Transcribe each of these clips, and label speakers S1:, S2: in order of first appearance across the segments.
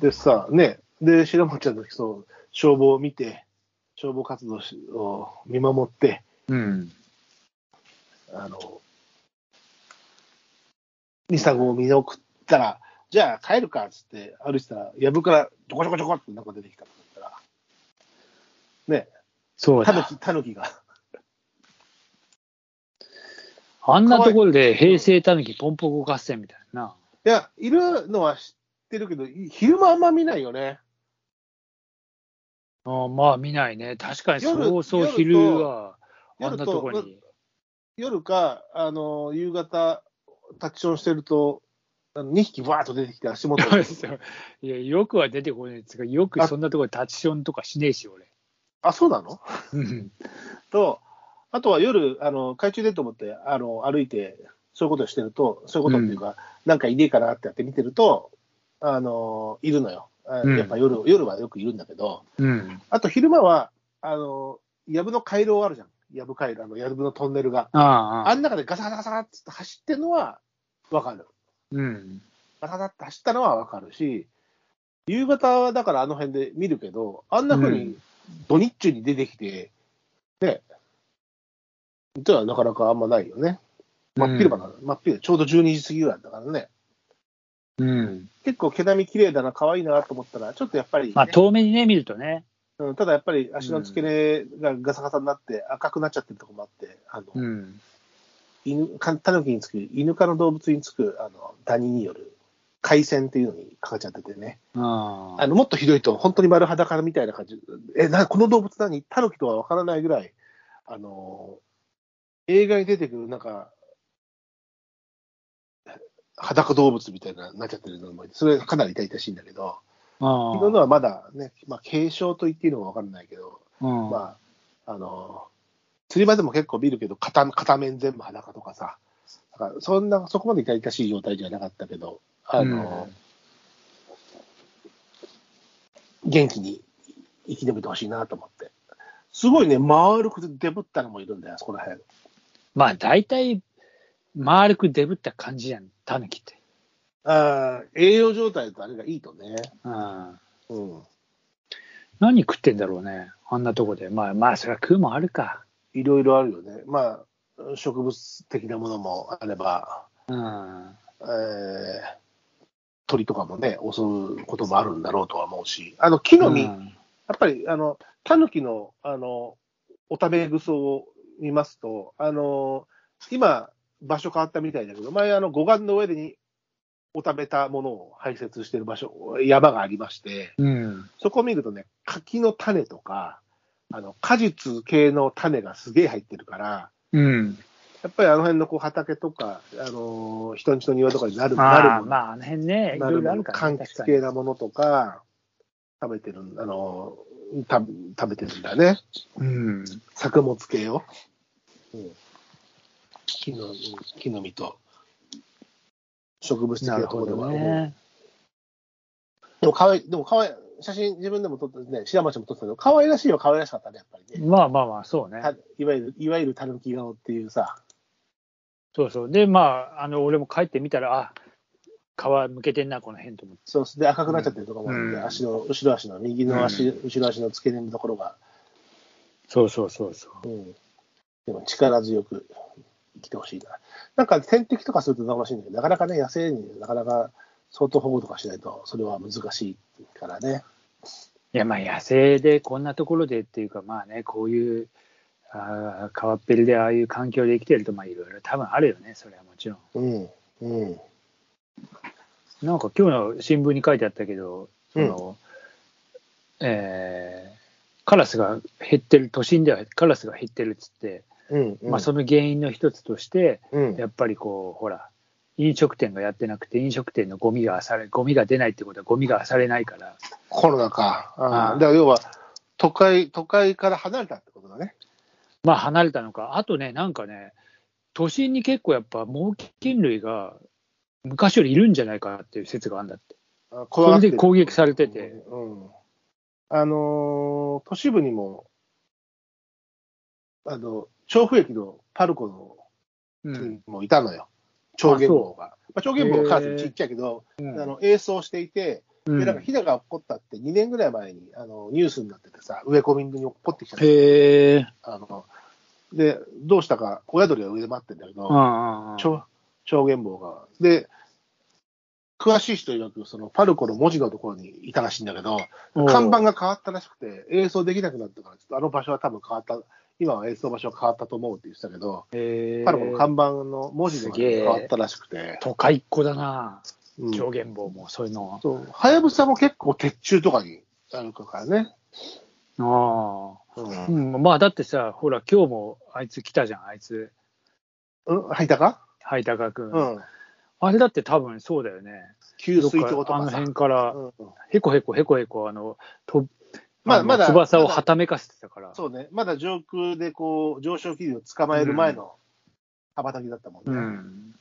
S1: でさ、ね、で、白持ちゃんの時、その、消防を見て、消防活動しを見守って、
S2: うん。
S1: あの、ミサゴを見送ったら、じゃあ帰るかっつって歩いてたら、やぶからちょこちょこちょこってなんか出てきたと思ったら、ね、
S2: そう
S1: タヌ
S2: だ。
S1: キ、タヌキが。
S2: あんなところで平成たぬきポンポコ合戦みたいな。
S1: いや、いるのは知ってるけど、い昼間あんま見ないよね。
S2: ああまあ見ないね。確かに
S1: 夜
S2: そうそう
S1: 夜と
S2: 昼はあ
S1: 夜
S2: ん
S1: と
S2: なところに。
S1: 夜か、あの、夕方、タクションしてると、2匹わーっと出てきて足元
S2: そうですよ。いや、よくは出てこないですが、よくそんなところでタッチションとかしねえし、俺。
S1: あ、そうなの
S2: うん
S1: と、あとは夜、あの懐中電灯持ってあの歩いて、そういうことをしてると、そういうことっていうか、なんかいねえかなってやって見てると、あのいるのよ。あ
S2: うん
S1: やっぱ夜,、夜はよくいるんだけど、
S2: うん。
S1: あと昼間は、あのやぶの回廊あるじゃん、やぶ回廊、あのやぶのトンネルが。
S2: ああ、あ
S1: あ
S2: あ
S1: ん中でガサガサガサって走ってるのは分かる。
S2: うん。
S1: ガサガサって走ったのは分かるし、夕方はだからあの辺で見るけど、あんなふう
S2: う
S1: に土日中に出てきて、ね、ってのはなかなかあんまないよね。真っ昼間な、真っ昼間、ちょうど12時過ぎぐらいだったからね。
S2: うん。
S1: 結構毛並み綺麗だな、可愛いなと思ったら、ちょっとやっぱりね、
S2: まあ、遠目にね、見るとね。
S1: うんただやっぱり足の付け根がガサガサになって赤くなっちゃってるとこもあって、あの、
S2: うん。
S1: 犬かタヌキにつく、犬科の動物につくあのダニによる海鮮っていうのにかかっちゃっててね、
S2: あ
S1: あ
S2: あ。
S1: のもっとひどいと、本当に丸裸みたいな感じ、えなこの動物何、タヌキとは分からないぐらい、あの映画に出てくるなんか、裸動物みたいななっちゃってるのも、それかなり痛々しいんだけど、
S2: ああ
S1: 今のはまだね、まあ、軽症と言っていいのか分からないけど、
S2: うん
S1: まあ、あの、釣り場でも結構見るけど、片片面全部裸とかさ、だからそんな、そこまで痛々しい状態じゃなかったけど、あの、元気に生き延びてほしいなと思って。すごいね、丸くてデブったのもいるんだよ、そこら辺。
S2: まあ、大体、丸くデブった感じやん、タヌキって。
S1: あー栄養状態とあれがいいとね。
S2: うん。
S1: うん。
S2: 何食ってんだろうね、あんなとこで。まあ、まあ、それは食うもんあるか。
S1: いろいろあるよね。まあ、植物的なものもあれば、
S2: うん。
S1: えー鳥とかもね、襲うこともあるんだろうとは思うし、あの木の実、
S2: う
S1: や
S2: ん
S1: っぱりあのタヌキのあのお食べ草を見ますと、あの今、場所変わったみたいだけど、前、あの護岸の上でにお食べたものを排泄してる場所、山がありまして、
S2: うん。
S1: そこを見るとね、柿の種とか、あの果実系の種がすげえ入ってるから、
S2: うん。
S1: やっぱりあの辺のこう畑とか、あの人んちの庭とかになるなるも
S2: まあ、
S1: の
S2: まあ、あの辺ね、いろいろあるから、
S1: 柑
S2: ね。
S1: 橘系なものとか、食べてるん、あの、た食べてるんだね。
S2: 確かにうん。
S1: 作物系を。うん、木の、木の実と、植物系
S2: な
S1: の
S2: る
S1: とこ
S2: ほ
S1: ろで
S2: ど
S1: は。
S2: ね。
S1: でも可愛い、でも可愛い、写真自分でも撮ってね、白町も撮ってたけど、可愛らしいは可愛らしかったね、やっぱりね。
S2: まあまあまあ、そうね。
S1: たいわゆる、いわゆるたぬき顔っていうさ、
S2: そうそう。で、まあ、あの、俺も帰ってみたら、あ、皮むけてんな、この辺と思って。
S1: そうで赤くなっちゃってるとかもあって、
S2: うん
S1: 足の、後ろ足の、右の足、
S2: う
S1: 後ろ足の付け根のところが、
S2: そうそうそうそう。
S1: うん、でも力強く生きてほしいな。なんか天敵とかすると楽しいんだけど、なかなかね、野生になかなか相当保護とかしないと、それは難しいからね。
S2: いや、まあ、野生でこんなところでっていうか、まあね、こういう、あー川っぺりでああいう環境で生きてると、まあ、いろいろ多分あるよね、それはもちろん。
S1: うん、うん、
S2: なんか今日の新聞に書いてあったけど、その、えーカラスが減ってる、都心ではカラスが減ってるっつって、
S1: うん、
S2: まあ、その原因の一つとして、
S1: うん、
S2: やっぱりこう、ほら、飲食店がやってなくて、飲食店のゴミがあされ、ゴミが出ないってことは、ゴミがあされないから、
S1: コロナか。あ
S2: あ
S1: あ
S2: あ
S1: だから要は、都会、都会から離れたってことだね。
S2: まあ離れたのか、あとね、なんかね、都心に結構やっぱ猛禽類が昔よりいるんじゃないかっていう説があるんだって。
S1: あ
S2: そ
S1: 怖が
S2: れ
S1: って
S2: で
S1: る
S2: 攻撃されてて、
S1: うん。うんあのー都市部にも、あの、調布駅のパルコの
S2: うん
S1: もういたのよ、超弦棒が。まあ、超弦棒は
S2: へー
S1: カラスちっちゃいけど、
S2: うん
S1: あの、映像していて、
S2: うん
S1: で、なんか、ひなが落っこったって2年ぐらい前にあのニュースになっててさ、植え込みに落っこってきたの
S2: へえ。
S1: あので、どうしたか、親鳥が上で待ってんだけど、
S2: ああ。
S1: 超超原棒が。で、詳しい人曰く、そのパルコの文字のところにいたらしいんだけど、看板
S2: が。
S1: が変わったらしくて、演奏できなくなったから、ちょっとあの場所は多分変わった、今は演奏場所は変わったと思うって言ってたけど、
S2: へえ。
S1: パルコの看板の文字が
S2: すげえ
S1: 変わったらしくて、
S2: 都会っ子だな。
S1: うん
S2: 超原棒も、そういうの。
S1: そうはやぶさも結構鉄柱とかにあるからね。
S2: ああ。
S1: う、
S2: うんん、まあだってさ、ほら、今日もあいつ来たじゃん、あいつ、
S1: うん、はいたか
S2: ハイタカ君。
S1: うん。
S2: あれだって多分そうだよね。
S1: 給水
S2: ど
S1: 塔と
S2: っかあ
S1: か
S2: の
S1: さ。
S2: 辺から、
S1: うん
S2: へこへこへこへこ、あの、と
S1: まあ
S2: あの
S1: まだ
S2: 翼をはためかせてたから。
S1: そうね、まだ上空でこう上昇気流を捕まえる前の羽ばたきだったもんね。
S2: うん。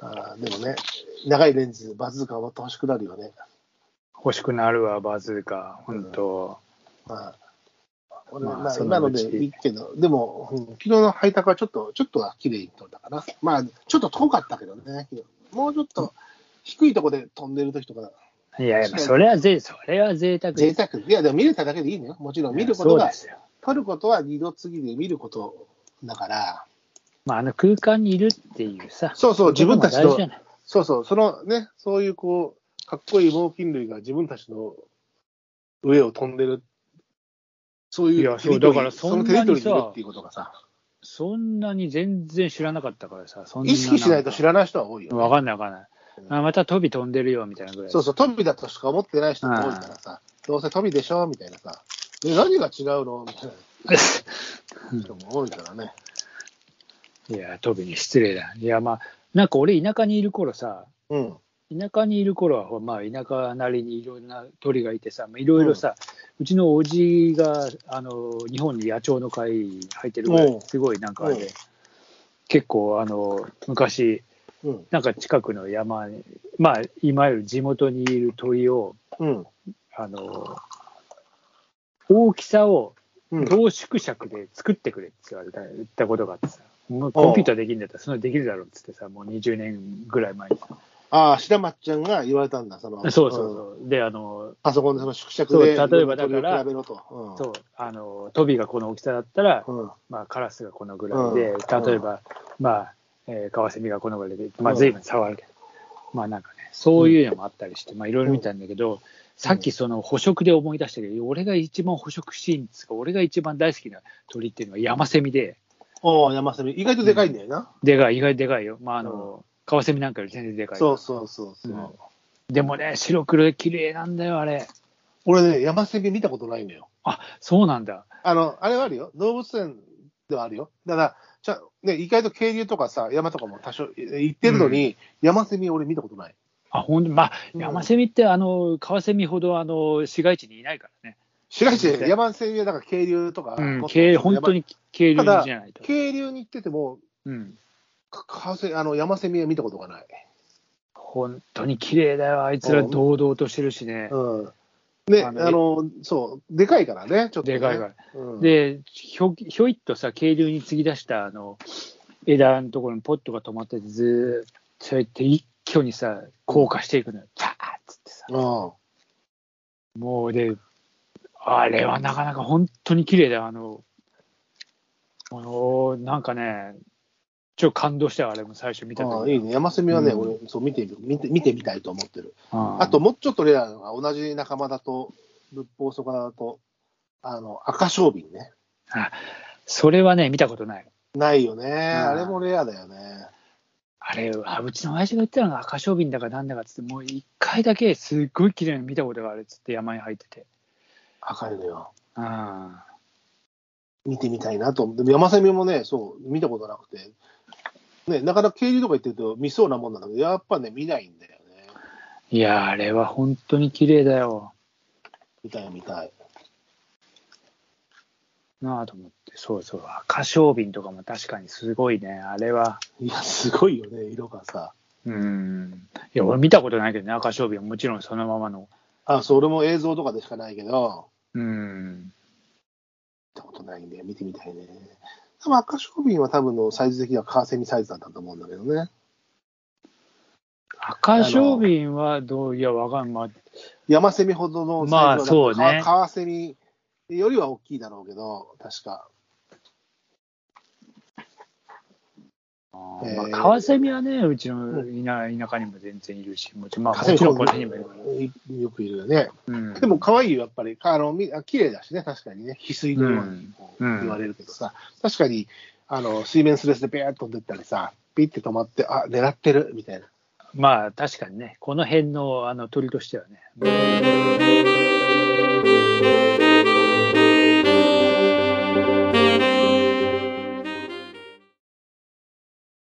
S1: あーでもね、長いレンズ、バズーカを欲しくなるよね。
S2: 欲しくなるわ、バズーカ。本当。
S1: まあ俺
S2: まあ
S1: まあ、
S2: そ
S1: 今
S2: の
S1: の
S2: う
S1: で
S2: ち
S1: いいけど、でも、うん昨日の配達はちょっと、ちょっとは綺麗に飛んだかな。まあ、ちょっと遠かったけどね、もうちょっと低いところで飛んでる時とか、
S2: いやいや、それはぜ、それは贅沢
S1: 贅
S2: です。
S1: 沢、いや、でも見れただけでいいのよ。もちろん見るこ
S2: そ
S1: と
S2: う
S1: が
S2: で、すよ。
S1: 撮ることは二度次で見ることだから、
S2: まあ、あの空間にいるっていうさ。
S1: そうそう、自分たち
S2: の
S1: の。そうそう、そのね、そういうこう、かっこいい猛禽類が自分たちの上を飛んでる、そういう
S2: いやそ
S1: テ
S2: う
S1: リトリー
S2: だからそ
S1: の
S2: ん
S1: テリ
S2: な
S1: ト
S2: に
S1: リ
S2: さ
S1: ーにいるっていうことがさ、
S2: そんなに全然知らなかったからさ。そん
S1: 意識しないと知らない人は多いよね、
S2: わかんないわかんない。
S1: うん
S2: あまた飛び飛んでるよみたいなぐらい。
S1: そうそう、トビだとしか思ってない人が多いからさ、どうせトビでしょみたいなさ、え、何が違うのみたいな人も多いからね。
S2: いや、飛びに失礼だ。いや、まあ、なんか俺、田舎にいる頃さ、
S1: うん。
S2: 田舎にいる頃はほ、まあ、田舎なりにいろんな鳥がいてさ、まあいろいろさ、うちのおじがあの日本に野鳥の会に入ってるぐら
S1: うん
S2: い、すごいなんかあれ
S1: うん
S2: で、結構あの昔、
S1: うん。
S2: なんか近くの山に、まあ、今より地元にいる鳥を、
S1: うん。
S2: あの大きさを
S1: うん。
S2: 同縮尺で作ってくれって言われた言ったことがあってさ、もうコンピューターできるんだったら、そんなのできるだろうっつってさ、もう20年ぐらい前に。
S1: ああ、白松ちゃんが言われたんだ、その、
S2: そうそ
S1: うん
S2: うそう。で、あの、
S1: パソコンでその縮尺で、
S2: そう例えばだから
S1: いろいろ比べろと。
S2: そう、あの、トビがこの大きさだったら、
S1: うん。うん。
S2: まあ、カラスがこのぐらいで、
S1: うん
S2: 例えば、まあ、えーカワセミがこのぐらいで、ま
S1: う
S2: あ、
S1: ん
S2: 随分差はあるけど、まあなんかね、そういうのもあったりして、まあ、いろいろ見たんだけど、さっきその捕食で思い出したけど、俺が一番捕食シーンっつうか、俺が一番大好きな鳥っていうのはヤマセミで、
S1: おお、山セミ、意外とでかいんだよな。
S2: でかい、意外とでかいよ。まあ、あの、カワセミなんかより全然でかい。
S1: そうそうそうそう、
S2: うんでもね、白黒で綺麗なんだよ、あれ。
S1: 俺ね、山セミ見たことないのよ。
S2: あ、そうなんだ。
S1: あの、あれはあるよ。動物園ではあるよ。だから、ちゃね、意外と渓流とかさ、山とかも多少え行ってるのに、山セミ俺見たことない。
S2: あ、ほんとまあ、
S1: うん
S2: ヤマセミって、あの、カワセミほど、あの、市街地にいないからね。
S1: 市街地で山セミはだから渓流とか、
S2: うん、
S1: もっと
S2: 軽本当。
S1: 山
S2: に軽流じゃないと。
S1: 渓流に行ってても、
S2: うん。
S1: か川瀬あの山セミは見たことがない。
S2: 本当に綺麗だよ、あいつら
S1: うん
S2: 堂々としてるしね。
S1: うん。ね、あ
S2: あ
S1: の
S2: の
S1: そう、でかいからね、ちょっと、ね。
S2: でかいから。
S1: うん、
S2: で、ひょひょいっとさ、渓流に継ぎ出したあの枝のところにポットが止まってて、ずーっとそうやって一挙にさ、降下していくのよ、ザーッつってさ、
S1: うん。
S2: もうで、あれはなかなか本当に綺麗だよ、あの、あのなんかね、ちょっと感動したよ、あれも最初見た
S1: あ
S2: と
S1: あいいね、山セミはね、
S2: うん
S1: 俺、そう見てみ見て見てみたいと思ってる。あ
S2: あ
S1: と、もうちょっとレアなのが、同じ仲間だと、仏法ソカだと、あの赤小瓶ね、
S2: それはね、見たことない。
S1: ないよね、
S2: ん
S1: あれもレアだよね。
S2: あれ、あうちの親父が言ってたのが赤小瓶だかなんだかっつって、もう一回だけすっごい綺麗に見たことがあるっつって山に入ってて。
S1: 赤いのよ。
S2: うん
S1: 見てみたいなと思って、でも山セミもね、そう、見たことなくて、ね、なかなか経理とか行ってると見そうなもんなんだけど、やっぱね、見ないんだよね。
S2: いやー、あれは本当に綺麗だよ
S1: 見たい、見たい。
S2: なあと思って、そうそう、赤小瓶とかも確かにすごいね、あれは。
S1: いや、すごいよね、色がさ。
S2: うん。いや、俺見たことないけどね、赤小瓶はもちろんそのままの。
S1: あ、そう、俺も映像とかでしかないけど、
S2: うん。
S1: 見たことないんで、見てみたいね。多分赤小瓶は多分のサイズ的にはカワセミサイズだったと思うんだけどね。
S2: 赤小瓶はどう、いや、わかんない。
S1: 山セミほどの
S2: まあ
S1: サイズ
S2: そ
S1: は
S2: う
S1: なんか
S2: ね
S1: カワセミよりは大きいだろうけど、確か。
S2: ま
S1: えー
S2: あ、カワセミはね、うちの田田舎にも全然いるし、もちろん、まあ、
S1: カ
S2: も
S1: ワセミ
S2: ちろんこっちにもいるから。
S1: いよくいるよね。
S2: うん
S1: でも可愛いよ、やっぱり。あの、みあ綺麗だしね、確かにね。翡翠のようにこう
S2: うんうん
S1: 言われるけどさ、確かに、あの、水面スレスでペーっと飛んでったりさ、ピッて止まって、あ、狙ってる、みたいな。
S2: まあ、確かにね、この辺のあの鳥としてはね。